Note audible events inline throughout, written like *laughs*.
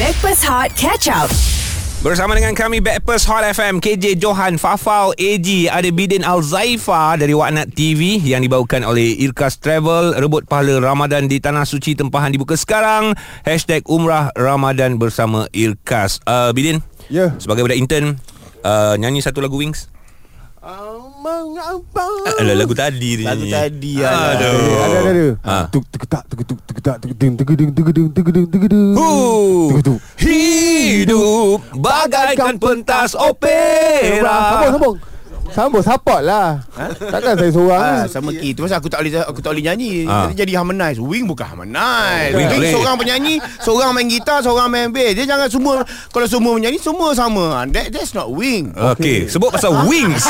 Backpass Hot Catch Up. Bersama dengan kami Backpers Hot FM KJ Johan Fafau AG Ada Bidin Al-Zaifa Dari Waknat TV Yang dibawakan oleh Irkas Travel Rebut pahala Ramadan Di Tanah Suci Tempahan dibuka sekarang Hashtag Umrah Ramadan Bersama Irkas uh, Bidin Ya. Sebagai budak intern uh, Nyanyi satu lagu Wings Amang abang. Alah, lagu tadi ni. Lagu tadi Aduh. Ada ada ada. Ha. Ha. Tuk tuk tak tuk tuk tuk tak tuk ding tuk ding tuk ding tuk ding tuk ding. Huh. Tuk tuk. Hidup bagaikan pentas opera. Eh, Sambung sambung. Sambung support lah. Takkan saya seorang. Ah, sama key tu pasal aku tak boleh aku tak boleh nyanyi. Ah. Jadi, jadi harmonize. Wing bukan harmonize. Wing Wing, boleh. seorang penyanyi, seorang main gitar, seorang main bass. Dia jangan semua kalau semua menyanyi semua sama. Ah, That that's not wing. Okey, sebut pasal wings.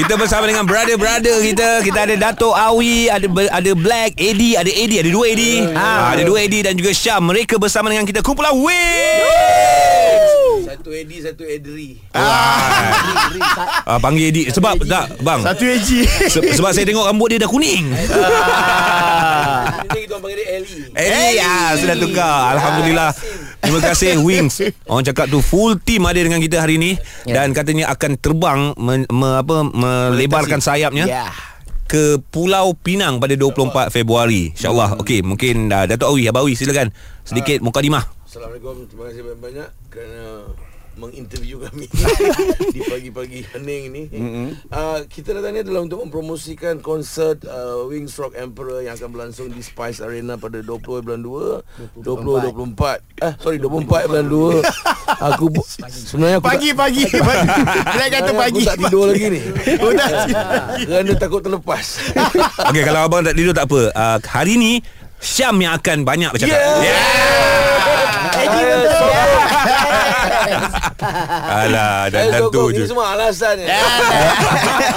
Kita bersama dengan brother-brother kita. Kita ada Dato Awi, ada Be- ada Black, Edi, ada Edi, ada dua Edi. Ha, ada dua Edi dan juga Syam. Mereka bersama dengan kita kumpulan Wings. Satu Eddie, satu Edri. Ah, panggil Edi sebab tak bang. Satu AG. Se- sebab saya tengok rambut dia dah kuning. Ini kita orang panggil dia Ellie. Edi ah, sudah tukar. Alhamdulillah. Terima kasih Wings. Orang cakap tu full team ada dengan kita hari ni dan katanya akan terbang me, me, apa melebarkan sayapnya. Ya. ke Pulau Pinang pada 24 Februari. InsyaAllah. Okey, mungkin uh, Dato' Awi, Abang Awi silakan. Sedikit mukadimah. Assalamualaikum. Terima kasih banyak-banyak kerana menginterview *laughs* kami di pagi-pagi hening ni. Mm-hmm. Uh, kita datang ni adalah untuk mempromosikan konsert uh, Wings Rock Emperor yang akan berlangsung di Spice Arena pada 20 bulan 2, 20 24. Eh sorry 24 bulan *laughs* 2. aku bu- sebenarnya aku Pagi tak, pagi. pagi. Black kata sebenarnya pagi. Aku tak tidur lagi *laughs* ni. Oh, tak Kerana takut *laughs* terlepas. Okey, kalau abang tak tidur tak apa. Uh, hari ni Syam yang akan banyak bercakap. Yeah. Eh, ya. Alah, dan dan tu Saya sokong je. Ini semua alasan *laughs* ni *laughs*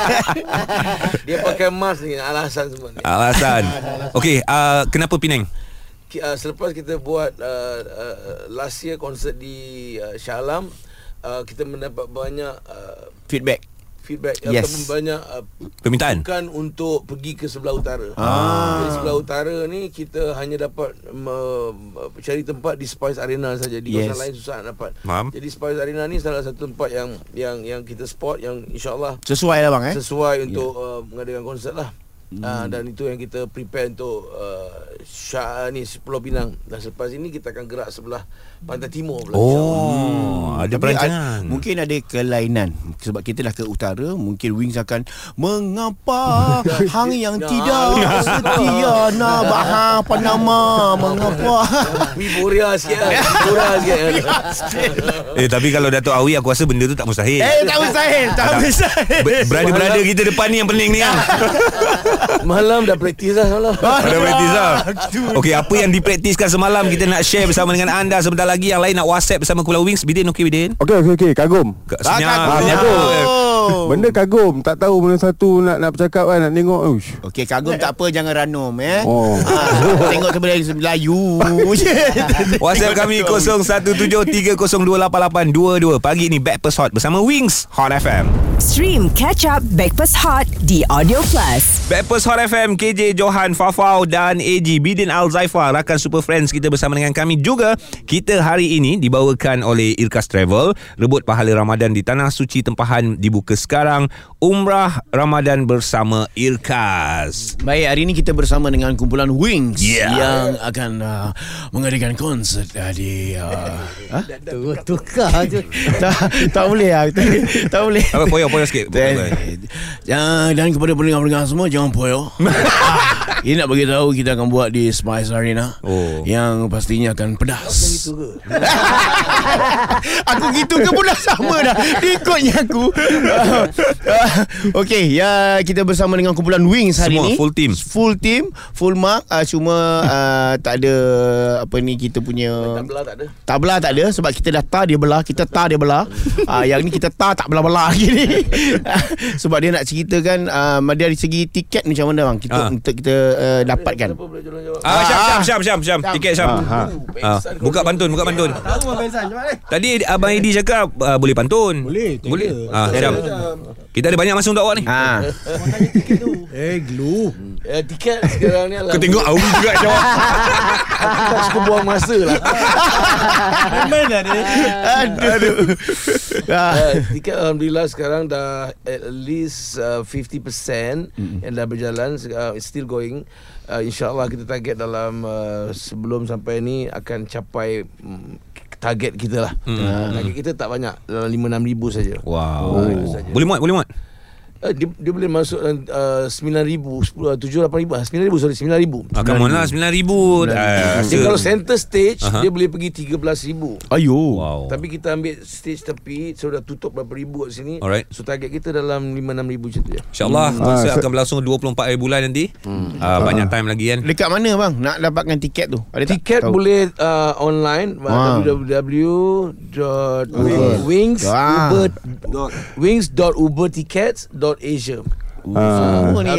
Dia pakai mask ni Alasan semua ni Alasan. Ah, Okey, uh, kenapa Penang? Ki- uh, Selepas kita buat uh, uh, Last year konsert di uh, Shah Alam uh, Kita mendapat banyak uh, Feedback. Feedback Yes. Ataupun banyak uh, Permintaan? Bukan untuk pergi ke sebelah utara ah. Jadi sebelah utara ni Kita hanya dapat me, Cari tempat di Spice Arena saja Di kawasan Yes. lain susah nak dapat Faham. Jadi Spice Arena ni salah satu tempat yang Yang yang kita spot Yang insyaAllah Sesuai lah bang eh. Ya. sesuai untuk uh, mengadakan konsert lah. Hmm. Uh, dan itu yang kita prepare untuk uh, Syah ni Pulau Pinang dan selepas ini kita akan gerak sebelah pantai timur pula. Oh, ada Tapi perancangan. ad- *laughs* Mungkin ada kelainan Sebab kita dah ke utara Mungkin Wings akan Mengapa Hang yang tidak Setia na Baha Panama Mengapa *laughs* Tapi boria sikit lah. Boria sikit *laughs* lah. Eh, tapi kalau Dato' Awi aku rasa benda tu tak mustahil. Eh tak mustahil Tak mustahil Ah, Ber- Berada-berada kita depan ni yang pening ni. ah. Malam dah praktis lah semalam. Pada praktis lah Okey apa yang dipraktiskan semalam Kita nak share bersama dengan anda Sebentar lagi yang lain nak whatsapp Bersama Kula Wings Bidin okey Bidin Okey okey okey kagum. Kak Tak Senyap Ah, kagum. Oh. senyap. Eh, Kagum. Benda kagum tak tahu benda satu nak nak bercakap kan nak tengok. Uish. Okey kagum tak apa Jangan ranum eh Oh. Ah, Tengok sebelah *laughs* Melayu WhatsApp kami 0173028822 Pagi ni Backpast Hot bersama Wings Hot FM Stream Catch Up Backpass Hot di Audio Plus. Backpast Hot FM KJ Johan Fafau dan AG Bidin Al-Zaifa Rakan Super Friends kita bersama dengan kami juga Kita hari ini dibawakan oleh Irkas Travel Rebut pahala Ramadan di Tanah Suci Tempahan dibuka sekarang Umrah Ramadan bersama Irkas Baik, hari ini kita bersama dengan kumpulan Wings Yeah. yang akan uh, mengadakan konsert uh, di uh, ha? tukar je. tak, tak boleh lah. Tak, tak boleh. Apa poyo poyo *laughs* sikit. Dan, *laughs* dan, dan kepada pendengar-pendengar semua jangan *laughs* poyo. Ini nak bagi tahu kita akan buat di Spice Arena Oh. yang pastinya akan pedas. aku gitu ke pun dah *laughs* sama dah. Ikutnya *laughs* aku. Uh, uh, Okey, ya kita bersama dengan kumpulan Wings hari Semua, ni. full team. Full team, full mark uh, cuma uh, tak ada apa ni kita punya Tak belah tak ada. tak belah tak ada sebab kita dah ta dia belah, kita ta dia *laughs* belah. Ah yang ni kita ta tak belah-belah lagi ni. *laughs* sebab dia nak ceritakan uh, dari segi tiket macam mana bang kita Ah. untuk kita uh, dapatkan. Siapa boleh Oh, jawab? Ah, Syam, Syam, Syam, Syam, Syam. Tiket Syam. ha. Ah, buka pantun, buka pantun. eh. Tadi Abang Edi cakap ah, boleh pantun. Boleh. Boleh. Ah, Syam. Kita ada banyak masa untuk awak ni. Ah. Ha. Eh, glue. Eh, tiket sekarang ni lah. Kau tengok Awi juga *laughs* jawab. Tak suka buang masa lah. *laughs* Memang lah dia. Ah. *laughs* Aduh. Ah. Ah. uh, tiket Alhamdulillah sekarang dah at least uh, 50% mm-hmm. yang dah berjalan uh, it's still going uh, insyaAllah kita target dalam uh, sebelum sampai ni akan capai um, target kita lah mm. Ah. uh, target kita tak banyak dalam 5-6 ribu saja Wow. Ah, itu saja. Oh. Boleh muat, boleh muat. Uh, dia, dia boleh masuk uh, 9,000 10, 7, 8,000 ah, 9,000 sorry 9,000 Ah, come on lah 9000. Ah, Dia kalau center stage Aha. Oh. uh-huh. Dia boleh pergi 13,000 Ayuh. Wow. Tapi kita ambil stage tepi So dah tutup berapa ribu kat sini Alright. So target kita dalam 5-6 ribu macam tu je InsyaAllah hmm. konsert Ah, so- akan berlangsung 24 hari bulan nanti hmm. uh, Banyak time lagi kan Dekat mana bang Nak dapatkan tiket tu Ada tak? Tiket Tahu. boleh uh, online Ah. wow. www.wings Ah. wings.ubertickets.asia Ah. Semua ni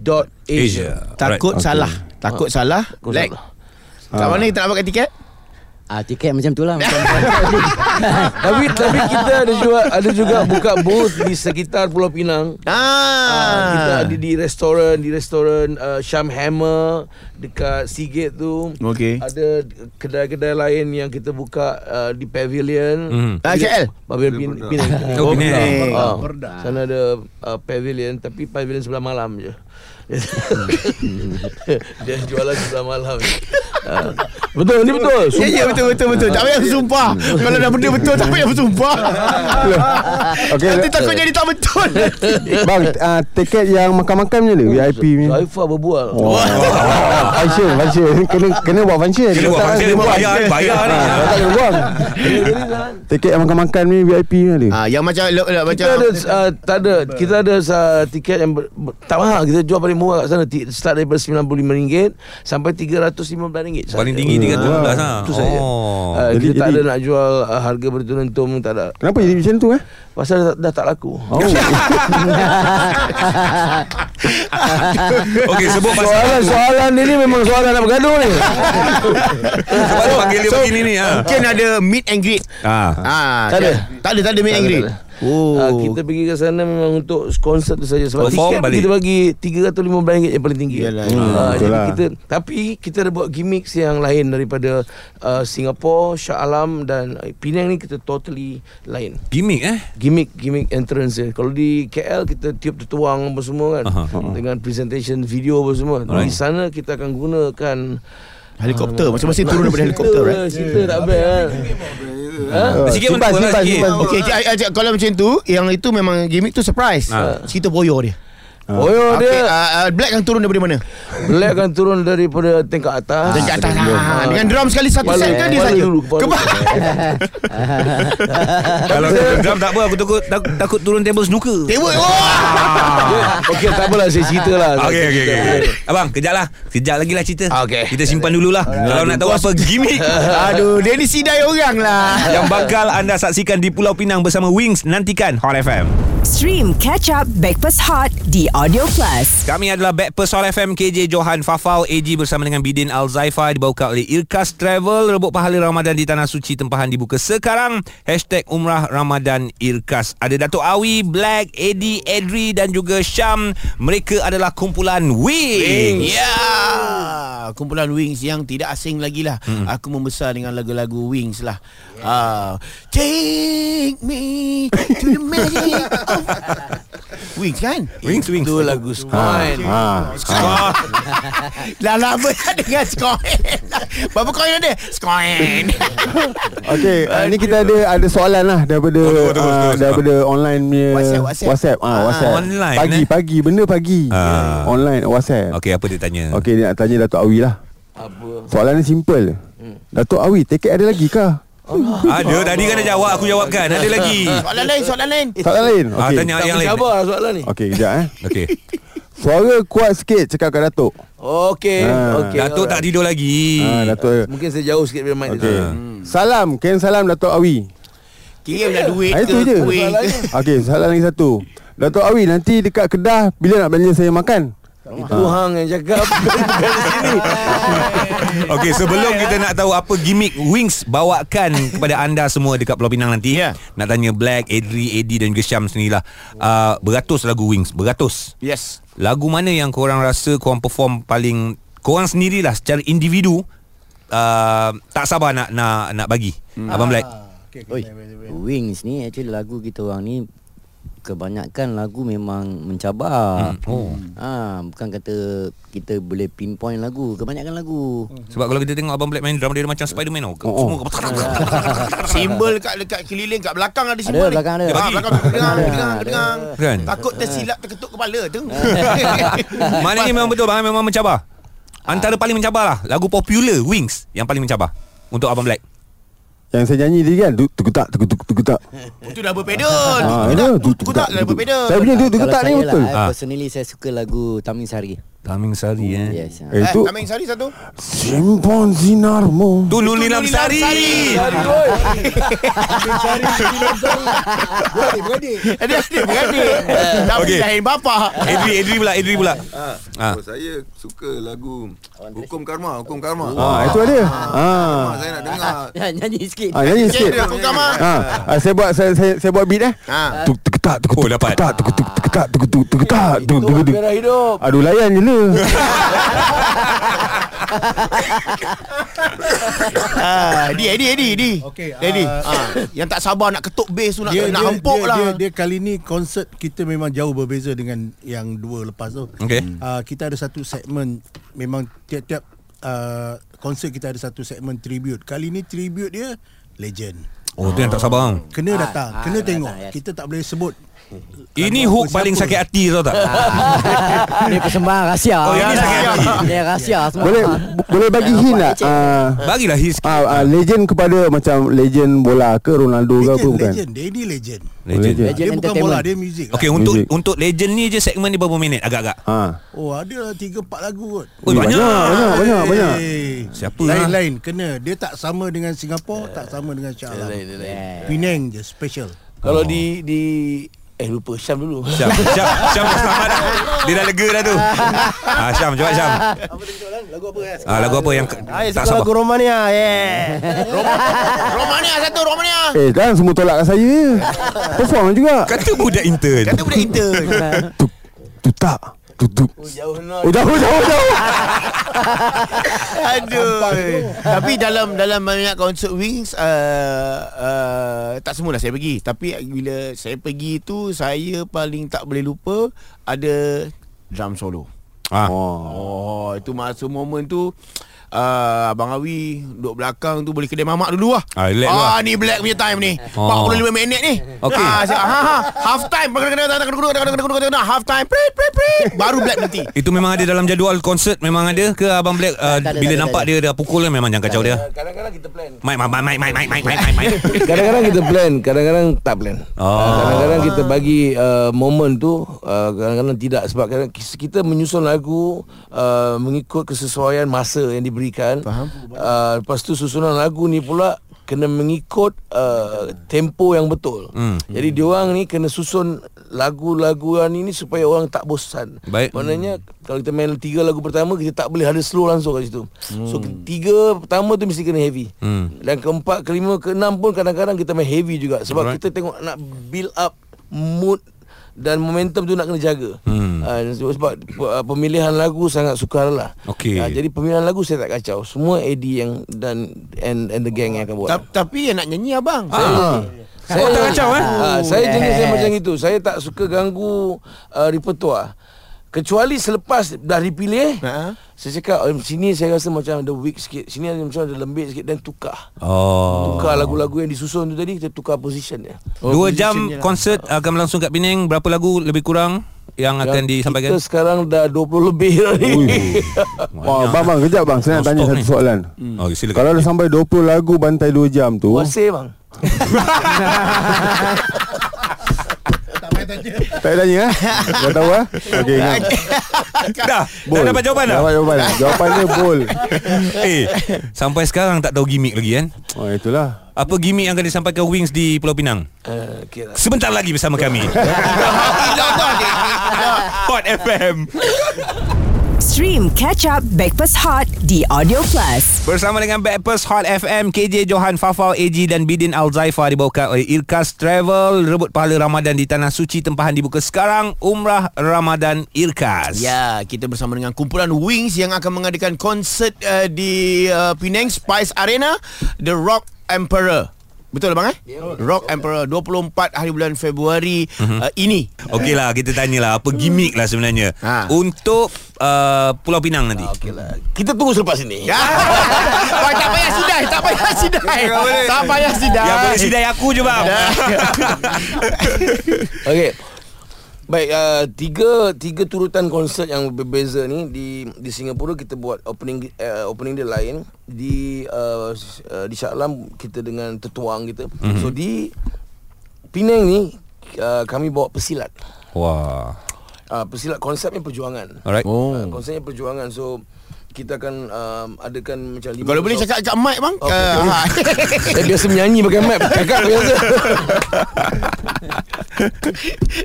www.wings.ubertickets.asia Takut Alright, salah Takut salah Ah. Takut Like salah. Kat mana kita nak dapatkan tiket Ah tiket macam tu lah. Macam Tapi tapi kita ada juga ada juga buka booth di sekitar Pulau Pinang. Ah, kita Ah, ada di restoran di restoran uh, Sham Hammer dekat Seagate tu. Okey. Ada kedai-kedai lain yang kita buka uh, di pavilion. Mhm. Ah, KL? Pavilion Pin- Pinang. Oh, Penang. Penang. Ah, Perdah. sana ada uh, pavilion tapi pavilion sebelah malam je. *laughs* Dia jualan sebelah malam. je. Ah. betul ni betul. Ya ya betul betul betul Tak payah *laughs* bersumpah Kalau dah benda betul Tak payah bersumpah Ah. Okey. eh, Nanti takut jadi tak betul Bang, ah, tiket yang makan-makan macam ni VIP ni. Saifah berbual. Oh. Function, function. Kena kena buat function. Kena Kalau buat tak, function kena Memang buang. bayar ni Bayar ni Ah, kalau tak kena buang. Tiket yang makan-makan ni VIP ni ada. *laughs* Ah, Yang macam lo- lo- Macam Kita ada uh, tak ada kita ada uh, tiket yang ber, ber, tak mahal kita jual paling murah kat sana Ti- start daripada RM95 sampai RM315 Paling tinggi 312 lah Ah. Itu saja. Oh. Uh, Jadi- kita tak ada jadi- nak jual uh, harga bertuntum tak ada. Kenapa jadi macam tu eh? Pasal dah, dah tak laku. Oh. Okey sebut pasal soalan soalan ni ni memang soalan nak bergaduh *laughs* ni. Sebab tu panggil dia begini ni ah. Mungkin ada meet and greet Ah. Ah, Tak ada. Tak ada tak ada meet and Tak ada, greet tak Oh Uh, kita pergi ke sana memang untuk konsert tu saja sebab Perform tiket balik. kita bagi RM315 yang paling tinggi. Yalah, lah. Ah, yalah. jadi Betul kita tapi kita ada buat gimmicks yang lain daripada uh, Singapore, Shah Alam dan uh, Penang ni kita totally lain. Gimik eh gimmick gimmick entrance dia. Kalau di KL kita tiup tertuang apa semua kan. Aha. Dengan presentation video apa semua. Di Alright. sana kita akan gunakan Helikopter Masing-masing turun daripada helikopter right? Ah. Cerita tak best kan. eh. Ha? Sikit pun tak apa lah Simpan, simpan, sikit simpan. Okay, okay, I- I- kalau macam tu Yang itu memang gimmick tu surprise Ah. Cerita boyo dia Oh yo Apa, dia ah, ah, Black yang turun daripada mana? Black akan turun daripada tingkat atas. Sejak atas ah, Dengan drum sekali satu Kepala- set kan dia kepala saja dulu, kepala Kebal *laughs* Kalau turun drum tak apa Aku takut tak- Takut turun table snooker Table Wah *laughs* Ah. Okey tak apalah saya cerita lah. Okey okey okey. Abang kejap lah Kejap lagi lah cerita Okey. Kita simpan dululah Kalau nak tahu apa *laughs* gimik Aduh Dia ni sidai orang lah Yang bakal anda saksikan di Pulau Pinang bersama Wings Nantikan Hot FM Stream Catch Up Backpass Hot di Audio Plus. Kami adalah Backpers All FM KJ Johan Fafau AG bersama dengan Bidin Al-Zaifah Dibawakan oleh Irkas Travel Rebut pahala Ramadan di Tanah Suci Tempahan dibuka sekarang Hashtag Umrah Ramadan Irkas Ada Datuk Awi, Black, Eddie, Edri dan juga Syam Mereka adalah kumpulan Wings, Ya Kumpulan Wings yang tidak asing lagi lah Hmm. Aku membesar dengan lagu-lagu Wings lah Ah, Take me to the magic of *laughs* Wings kan? Wings, Wings Itu lagu Spine. Ah. Ha. Dah lama dah dengar skoin *laughs* Berapa koin ada? Skoin Okey, ah, ni kita ada ada soalan lah daripada ah, daripada online punya WhatsApp, WhatsApp. WhatsApp. Ah, Ah, WhatsApp. online, pagi eh? pagi benda pagi. Ah. Online WhatsApp. Okey apa dia tanya Okey, dia nak tanya Datuk Awi lah. Apa? Soalan ni simple. Datuk Awi, tiket ada lagi kah? Ada tadi kan dah jawab Aku jawabkan Ada *laughs* lagi Soalan lain, soalan lain Soalan lain. ah, Okey. Tanya yang Tak lain mencabar lah soalan ni. Okey, kejap eh. Okey Suara kuat sikit cakap kat Datuk. Okey. Ah. Okey. Datuk tak alright. tidur lagi Ah, Datuk. Mungkin saya jauh sikit dari mic Okey. Ah. tu. Salam, ken salam Datuk Awi. Kirimlah lah duit Ah, ke itu je. Kuih ke Okey, soalan lagi satu. Datuk Awi, nanti dekat Kedah bila nak belanja saya makan? Itu hang yang *laughs* cakap Bukan sini Okey, sebelum kita nak tahu apa gimmick Wings bawakan kepada anda semua dekat Pulau Pinang nanti. Ya. Nak tanya Black, Edri, Edi dan juga Syam sendirilah. Uh, beratus lagu Wings, beratus. Yes Lagu mana yang korang rasa korang perform paling korang sendirilah secara individu uh, tak sabar nak nak nak bagi. Hmm. Abang Black. Okay, okay, Oi, baik, baik, baik. Wings ni actually lagu kita orang ni kebanyakan lagu memang mencabar. Hmm. Oh. Ha, bukan kata kita boleh pinpoint lagu, kebanyakan lagu. Sebab kalau kita tengok Abang Black main drum dia macam Spiderman tau. Oh, Semua Simbol kat dekat keliling kat belakang ada simbol. Ada, belakang ada. Dia Dia bagi. belakang kedengang, kedengang, kedengang. Kan? Takut tersilap terketuk kepala tu. Maknanya memang betul bang memang mencabar. Antara paling mencabar lah Lagu popular Wings Yang paling mencabar Untuk Abang Black Yang saya nyanyi tadi kan tu- Tukutak tukutuk tukutak Itu Oh, dah berpedal. Ah, ya, Aku tak, tu- aku tukutak. tak dah berpedal. Saya punya tu Kalau tukutak ni saya betul Lah, Ah. ha. Personally saya suka lagu Taming Sari. Taming Sari eh Yes. Ha. Eh Eh, tu Aming Sari satu. Simpan sinarmu Tu Nuli Lamsari Lari boy Ada ada *laughs* berani. Tapi Okey. lain bapa. Eh, Edri Edri pula Edri pula Ha. Ah. Oh, saya suka lagu Hukum Karma, Hukum Karma. Oh. Ah, itu ada. Ah. Ah, saya nak dengar. *laughs* Nyanyi sikit. Ah, nyanyi sikit. Okey, Hukum Karma. Ah, ah, saya buat saya saya, saya buat beat eh. Ha. Tuk tuk tak tuk Oh, tuk dapat. tak tuk tuk tuk tak tuk tuk tuk tak tuk tuk tuk. Merah hidup Aduh layan je lah Ah, Di, Di, Di, Di. Okey, ah, Di. Yang tak sabar nak ketuk bass tu nak Dia, nak dia, hempuk dia, lah. dia, dia kali ni konsert kita memang jauh berbeza dengan yang dua lepas tu. Okey. Uh, kita ada satu segmen memang tiap-tiap uh, konsert kita ada satu segmen tribute. Kali ni tribute dia legend. Oh tu yang tak sabar bang Kena datang, ah, kena kena tengok. datang, yes. Kita tak boleh sebut. Ini Lagu apa, hook paling siapa. sakit hati tau tak Ah. Ini persembahan Ah. ya, rahsia. Oh, ini sakit hati. Ini rahsia semua. Boleh bo- Boleh bagi Jangan hint buat tak leceh. ah, Bagilah his ah, ah, Legend kepada Macam legend bola ke Ronaldo ke apa Legend, bukan legend. Dia ni legend. Legend Legend. Dia bukan bola, entertainment. dia muzik. Okay untuk Music. untuk legend ni je segmen dia berapa minit agak-agak Ha. Oh, ada 3 4 lagu kot. Oh banyak Ah, Banyak banyak banyak Hey. Siapa lah? Lain-lain kena. Dia tak sama dengan Singapura, tak sama dengan Shah Alam. Penang je special. Oh. Kalau di di Eh lupa Syam dulu Syam, *laughs* Syam, Syam dah selamat dah. Dia dah lega dah tu. Ah, Syam, cepat Syam. Ah, lagu apa yang ke- tak sabar? Romania *laughs* yeah. *laughs* Romania satu, Romania. Eh kan semua tolak kat saya je. Perform juga Kata budak intern. Kata budak intern. Tuk tuk tak Tuk tuk Jauh lah. Oh nak jauh jauh jauh Aduh. Tapi dalam dalam banyak konsert Wings uh, uh, tak semualah saya pergi. Tapi bila saya pergi tu saya paling tak boleh lupa ada drum solo. Ah. Oh, itu masa momen tu Uh, Abang Awi Duduk belakang tu Boleh kedai mamak dulu lah Ah, relax dulu ah, lah. Ni black punya time ni Oh. oh. 45 minit ni Okey. ah, saya, ha, ha, Half time Half time prit, prit, prit. Baru black berhenti Itu memang ada dalam jadual konsert memang ada ke abang Black uh, Tak ada, bila tak ada, nampak tak dia dah pukul kan memang jangan kacau dia. Kadang-kadang kita plan Mic mic mic mic mic mic mic mic *laughs* mic. Kadang-kadang kita plan Kadang-kadang tak plan Ah, Oh. Kadang-kadang kita bagi uh, Momen tu uh, Kadang-kadang tidak Sebab kadang kita menyusun lagu uh, Mengikut kesesuaian masa yang diberikan Faham uh, Lepas tu susunan lagu ni pula Kena mengikut uh, Tempo yang betul hmm. Jadi diorang ni Kena susun Lagu-lagu yang ini Supaya orang tak bosan Baik. Maknanya Kalau kita main tiga lagu pertama Kita tak boleh ada slow langsung kat situ hmm. So tiga pertama tu mesti kena heavy Hmm. dan keempat, kelima, keenam pun kadang-kadang kita main heavy juga sebab Alright. Alright. kita tengok nak build up mood dan momentum tu nak kena jaga. Hmm. Hmm. Uh, sebab pe- uh, pemilihan lagu sangat sukar lah. Okey. Ah, jadi pemilihan lagu saya tak kacau. Semua Eddie yang dan and and the gang yang akan buat. Ta- Tapi yang nak nyanyi abang. Ah. Saya tak kacau, eh? Ah, saya jenis saya macam itu. Saya tak suka ganggu uh, repertoire. Kecuali selepas dah dipilih, Ha. saya cakap "Oh, sini saya rasa macam ada weak sikit, sini ada macam ada lembik sikit dan tukar. Oh. Tukar lagu-lagu yang disusun tu tadi Kita tukar position dia Dua jam konsert akan berlangsung kat Penang berapa lagu lebih kurang yang akan disampaikan? Kita sekarang dah 20 lebih dah ni Oh, bang bang kejap bang Saya nak tanya Non-stop satu ni. soalan Okey Hmm. Oh, silakan. Kalau dah sampai 20 lagu Bantai 2 jam tu *laughs* Puasa bang Tak payah tanya eh Dah tahu eh Okay ingat Dah, dah dapat jawapan dah. Dapat jawapan dah Jawapan dia bol Eh, sampai sekarang tak tahu gimmick lagi kan? Oh itulah Apa gimmick yang akan disampaikan Wings di Pulau Pinang? uh, okay lah. Sebentar *laughs* lagi bersama kami. Hot FM. Stream Catch Up Backpass Hot di Audio Plus. Bersama dengan Backpast Hot FM KJ Johan Fafau AG dan Bidin Al-Zaifah Dibawakan oleh Irkas Travel Rebut pahala Ramadan di Tanah Suci Tempahan dibuka sekarang Umrah Ramadan Irkas *laughs* Ya, kita bersama dengan kumpulan Wings yang akan mengadakan konsert uh, di uh, Penang Spice Arena, The Rock Emperor. Betul bang eh? Rock Emperor 24 hari bulan Februari uh-huh. uh, ini. Mhm. Okey lah kita tanyalah Apa gimmick lah sebenarnya Ha. Untuk uh, Pulau Pinang nanti Okey lah. Kita tunggu selepas ini. *laughs* Ya. Bang, tak payah sidai, tak payah sidai. tak payah sidai. Ya boleh sidai aku je bang Okey. Baik, uh, tiga tiga turutan konsert yang berbeza ni di di Singapura kita buat opening uh, opening dia lain di uh, s- uh, di Shah Alam kita dengan tetuang kita. Mhm. Mm-hmm. So di Penang ni uh, kami bawa pesilat. *laughs* Wah Uh, pesilat konsepnya perjuangan. Alright Oh. Uh, konsepnya perjuangan. So kita akan um, adakan macam lima Kalau boleh besok- cakap kat mic bang. Okey. Uh, ha. Saya biasa menyanyi pakai mic Cakap biasa *laughs*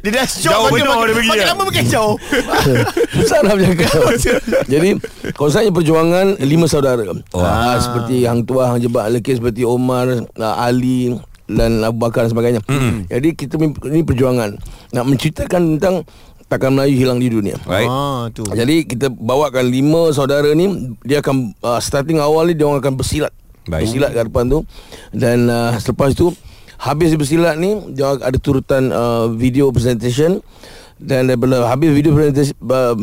dia dah shock Jauh makin- benar makin- dia pergi, Makin ya? lama makin jauh. *laughs* Susah nak bercakap Jadi Konsepnya perjuangan Lima saudara oh. ah, Seperti Hang Tuah Hang Jebat Lekis Seperti Omar ah, Ali Dan Abu Bakar dan sebagainya mm. Jadi kita mim- Ini perjuangan Nak menceritakan tentang Takkan Melayu hilang di dunia Right Ah tu. Jadi kita bawakan lima saudara ni dia akan uh, starting awal ni dia orang akan bersilat. Baik. Bersilat kat depan tu dan uh, selepas tu habis dia bersilat ni dia ada turutan uh, video presentation dan daripada habis video presentation, uh,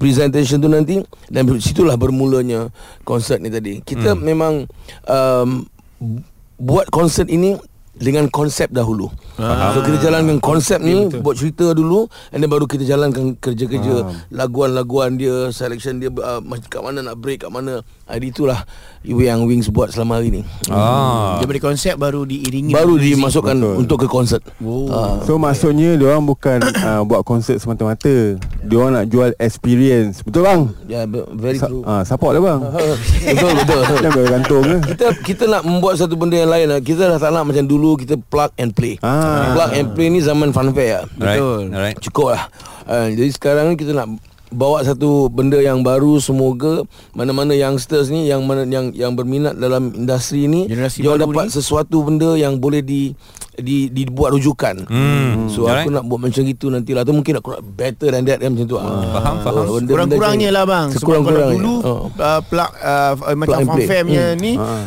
presentation tu nanti dan situlah bermulanya konsert ni tadi. Kita hmm. memang um, bu- buat konsert ini dengan konsep dahulu. Ah. So kita jalankan konsep ni buat cerita dulu and then baru kita jalankan kerja-kerja laguan-laguan dia, selection dia uh, mac- kat mana nak break, kat mana. Ah, itulah yang Wings buat selama hari ni. Ah. Daripada konsep baru diiringi Baru dengan muzik. dimasukkan Betul. untuk ke konsert. Oh. Ah. So maksudnya diorang bukan uh, buat konsert semata-mata. Diorang nak jual experience. Betul bang? Yeah, ya, be- very Sa- true. uh, support lah bang. *laughs* *laughs* betul betul. Jangan bergantung ke. *laughs* kita kita nak membuat satu benda yang lain lah. Kita dah tak nak macam dulu kita plug and play. Ah. Plug and play ni zaman funfair lah. Alright, alright. Cukup lah. Uh, jadi sekarang ni kita nak bawa satu benda yang baru semoga mana-mana youngsters ni yang mana yang yang berminat dalam industri ni Generasi dia baru dapat ni. sesuatu benda yang boleh di di dibuat rujukan. Hmm. So Alright. aku nak buat macam itu nantilah tu mungkin aku nak better than that kan macam tu. Ah. Faham, faham. Benda-benda Kurang-kurangnya macam- lah bang Sebab kalau Sekurang-kurangnya. dulu Oh. uh, plug, uh, f- uh, Macam and play. Hmm. fanfare-nya ni uh,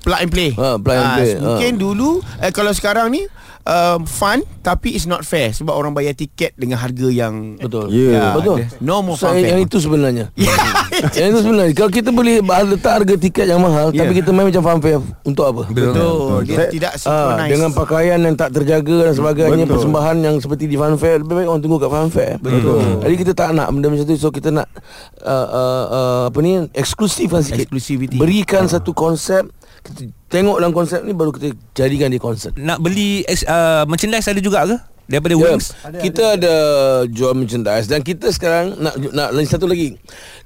Plug and play Ah, plug and Ah, play. Mungkin Ah. dulu eh, Kalau sekarang ni um, Fun Tapi it's not fair Sebab orang bayar tiket Dengan harga yang Betul. Ya. Ya, betul. No more so, fanfare. Ya. yang, yang itu sebenarnya. yang itu sebenarnya. Kalau kita boleh ba- letak harga tiket yang mahal Ya. yeah. tapi kita main macam fanfare untuk apa? *laughs* Betul Dia Saya- tidak Ah, synchronize dengan pakaian yang tak terjaga dan sebagainya Betul. Betul. persembahan yang seperti di fanfare lebih baik orang tunggu kat fanfare. Betul. Jadi kita tak nak benda macam tu so kita nak uh, uh, uh, apa ni eksklusif lah sikit. Exclusivity. Berikan satu konsep kita tengok dalam konsep ni baru kita jadikan dia konsep. Nak beli uh, merchandise ada juga ke? Daripada Ya, Wings? kita ada, jual merchandise dan kita sekarang nak nak lagi satu lagi.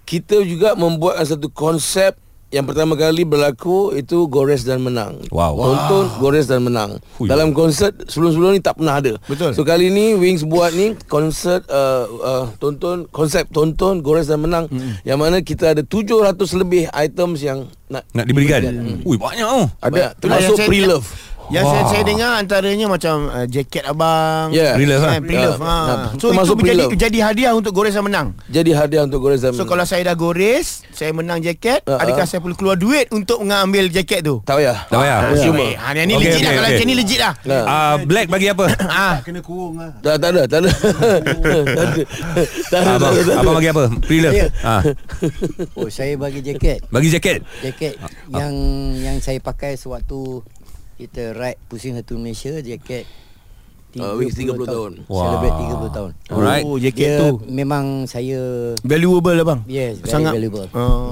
Kita juga membuat satu konsep yang pertama kali berlaku itu gores dan menang. Wow. Tonton gores dan menang. Hui. Dalam konsert sebelum-sebelum ni tak pernah ada. Betul. So kali ni Wings buat ni konsert uh, uh, tonton konsep tonton gores dan menang mm. yang mana kita ada 700 lebih items yang nak Nak diberikan? Ui banyak oh. ada Itulah yang termasuk saya- pre-love. Yang saya, saya dengar antaranya Macam uh, jaket abang Yeah. Pre-love, Eh, ah. Pre-love Ya. ha. Ya, So itu termasuk menjadi, pre-love. jadi hadiah Untuk Gores yang menang Jadi hadiah untuk gores dan So menang. kalau saya dah gores Saya menang jaket Ah, ah. Adakah saya perlu keluar duit Untuk mengambil jaket tu tak payah. Tak payah. Tak payah. Eh, Ha, yang ni Okey, legit lah okey, Kalau okey. macam ni legit lah Nah. Uh, black bagi apa? Ah, Kena kurung lah Tak, tak ada, tak ada. tak ada. Tak ada. abang, tak ada. abang bagi apa? Pre-love. Ya. Ah, Oh saya bagi jaket bagi jaket. Jaket Ah, yang yang saya pakai sewaktu Kita ride pusing satu Malaysia Jaket Ah, Wings 30 tahun. Celebrate Wah. 30 tahun Alright. Oh, jaket Dia tu memang saya valuable lah bang. Yes, very Sangat- Ah. sangat valuable.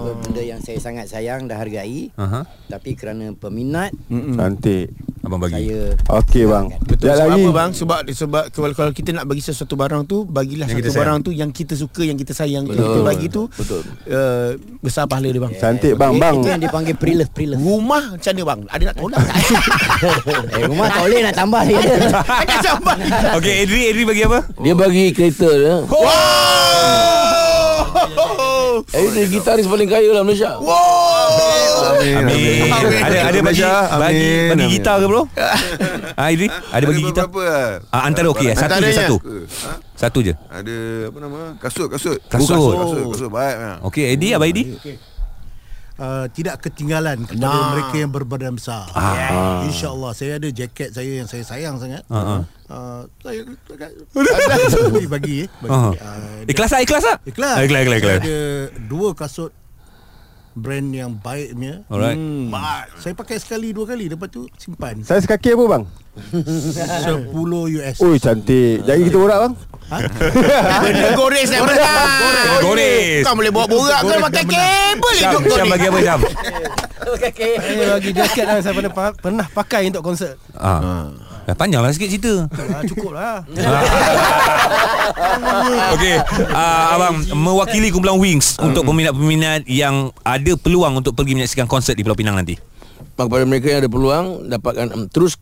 Oh. Benda yang saya sangat sayang dan hargai. Aha. Tapi kerana peminat Cantik. Abang bagi. saya Okey bang. Betul Sekejap sebab lagi. apa bang? Sebab sebab kalau, kalau kita nak bagi sesuatu barang tu, Yang bagilah satu kita sayang. barang tu yang kita suka, yang kita sayang, yang kita bagi tu. Betul. Uh, besar pahala dia bang. Cantik bang Eh, bang. Itu yang dipanggil pre-love, pre-love. Rumah macam mana bang? Ada nak tolak tak? eh, rumah tak boleh nak tambah dia. *laughs* Ada sampai. Okey, Edri, Edri bagi apa? Dia bagi kereta dia. Wow! betul. Eh, dia gitaris paling kaya lah Malaysia. Wow. *laughs* Ya, Amin. Amin. Ada ada bagi Masya, bagi amin, bagi amin. gitar ke bro? Ha Idris, ada bagi gitar? beberapa lah. Ah, antara okey eh? Satu je Antaranya. satu. Ha? Satu je. Ada apa nama? Kasut, kasut. Kasut. Oh, kasut, kasut baik. Ha. Okey, Edi apa Edi? uh, tidak ketinggalan kepada Nah. nah. mereka yang berbadan besar. Ah. InsyaAllah saya ada jaket saya yang saya sayang sangat. Ah, ah. Uh, saya *laughs* bagi bagi. eh, bagi. Ah. Uh, Ikhlas ah, ikhlas ah. Ikhlas. Ah, Ikhlas, ikhlas, Saya ikhlas. ada dua kasut brand yang baiknya. Alright. Saya pakai sekali dua kali lepas tu simpan. Saiz kaki apa bang? 10 US. Ui cantik Jadi kita borak bang Benda goris yang berat. Goris. Kau boleh bawa borak ke pakai kabel Syam, hidup kau Syam ni. bagi apa Syam? Saya bagi jaket lah Saya pernah, pa- pernah pakai untuk konsert Ah. Dah panjanglah sikit cerita. ah, Cukup lah *laughs* Okey, uh, abang mewakili kumpulan Wings untuk peminat-peminat yang ada peluang untuk pergi menyaksikan konsert di Pulau Pinang nanti. Kepada mereka yang ada peluang dapatkan um, terus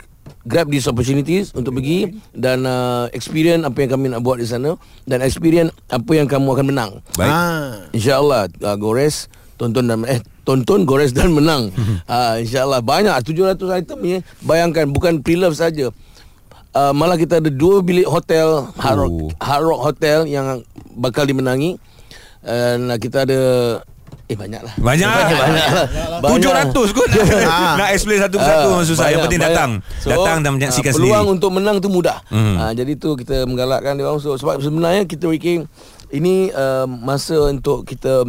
grab these opportunities untuk pergi dan uh, experience apa yang kami nak buat di sana dan experience apa yang kamu akan menang. Baik. Ah. InsyaAllah uh, Gores Tonton dan eh tonton gores dan *laughs* menang. Uh, InsyaAllah banyak 700 item ni. eh. Bayangkan bukan pre-love saja. Uh, malah kita ada dua bilik hotel Hard Rock, Oh. Hard Rock Hotel yang bakal dimenangi. Dan uh, kita ada eh banyak lah. *laughs* Banyak. banyak lah. *laughs* Tujuh Banyak. ratus *laughs* kot nak, nak explain satu persatu Ah, uh, susah. Yang banyak, penting banyak. datang. datang dan ah, menyaksikan peluang sendiri. Peluang untuk menang tu mudah. Hmm. Ah, jadi tu kita menggalakkan dia orang so, sebab sebenarnya kita fikir ini uh, masa untuk kita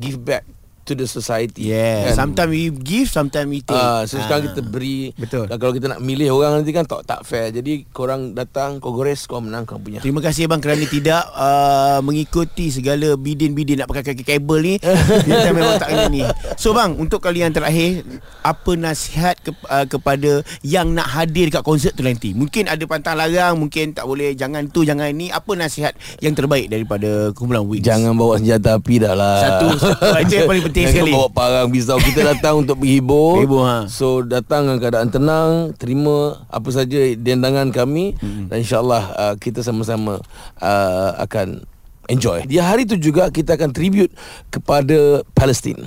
give back to the society. Yeah. Kan? Sometimes we give, sometimes we take. Ah, so Ah. sekarang kita beri Betul. Dan kalau kita nak milih orang nanti kan tak tak fair. Jadi korang datang kau gores kau menang kau punya. Terima kasih bang kerana tidak uh, mengikuti segala bidin-bidin nak pakai kaki kabel ni. Kita memang tak kena ni. So bang, untuk kali yang terakhir, apa nasihat ke, uh, kepada yang nak hadir kat konsert tu nanti? Mungkin ada pantang larang, mungkin tak boleh jangan tu, jangan ni. Apa nasihat yang terbaik daripada kumpulan Wings? Jangan bawa senjata api dah lah Satu, satu. Itu yang paling penting Jangan sekali. bawa parang pisau Kita datang untuk menghibur Menghibur, ha. Ah. So datang dengan keadaan tenang Terima apa saja dendangan kami hmm. Dan insyaAllah uh, kita sama-sama uh, akan enjoy Di hari itu juga kita akan tribute kepada Palestin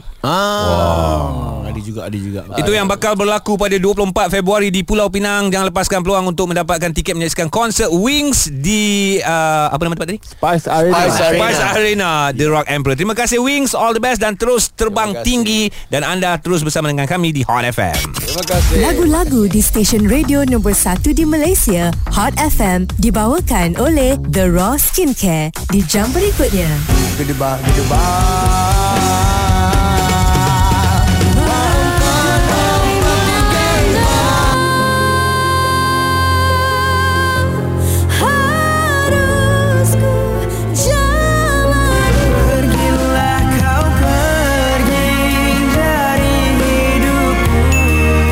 Ah, wow. ada juga, ada juga. Itu Ah. yang bakal berlaku pada 24 Februari di Pulau Pinang. Jangan lepaskan peluang untuk mendapatkan tiket menyaksikan konsert Wings di uh, apa nama tempat tadi? Spice Arena Spice Arena. Spice Arena The Rock Emperor. Terima kasih Wings, all the best dan terus terbang Terima kasih. tinggi dan anda terus bersama dengan kami di Hot FM. Terima kasih Lagu-lagu di stesen radio nombor 1 di Malaysia, Hot FM, dibawakan oleh The Raw Skincare di jam berikutnya. Gedebak, gedebak. Harusku jalan Pergilah kau pergi dari hidupku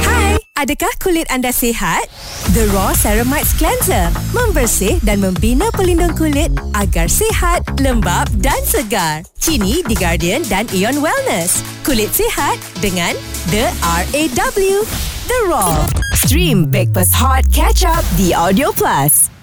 Hai, adakah kulit anda sihat? The Raw Ceramides Cleanser Membersih dan membina pelindung kulit agar sihat, lembap dan segar Kini di Guardian dan Ion Wellness Kulit sihat dengan The RAW The Raw Stream Breakfast Hot Catch Up di Audio Plus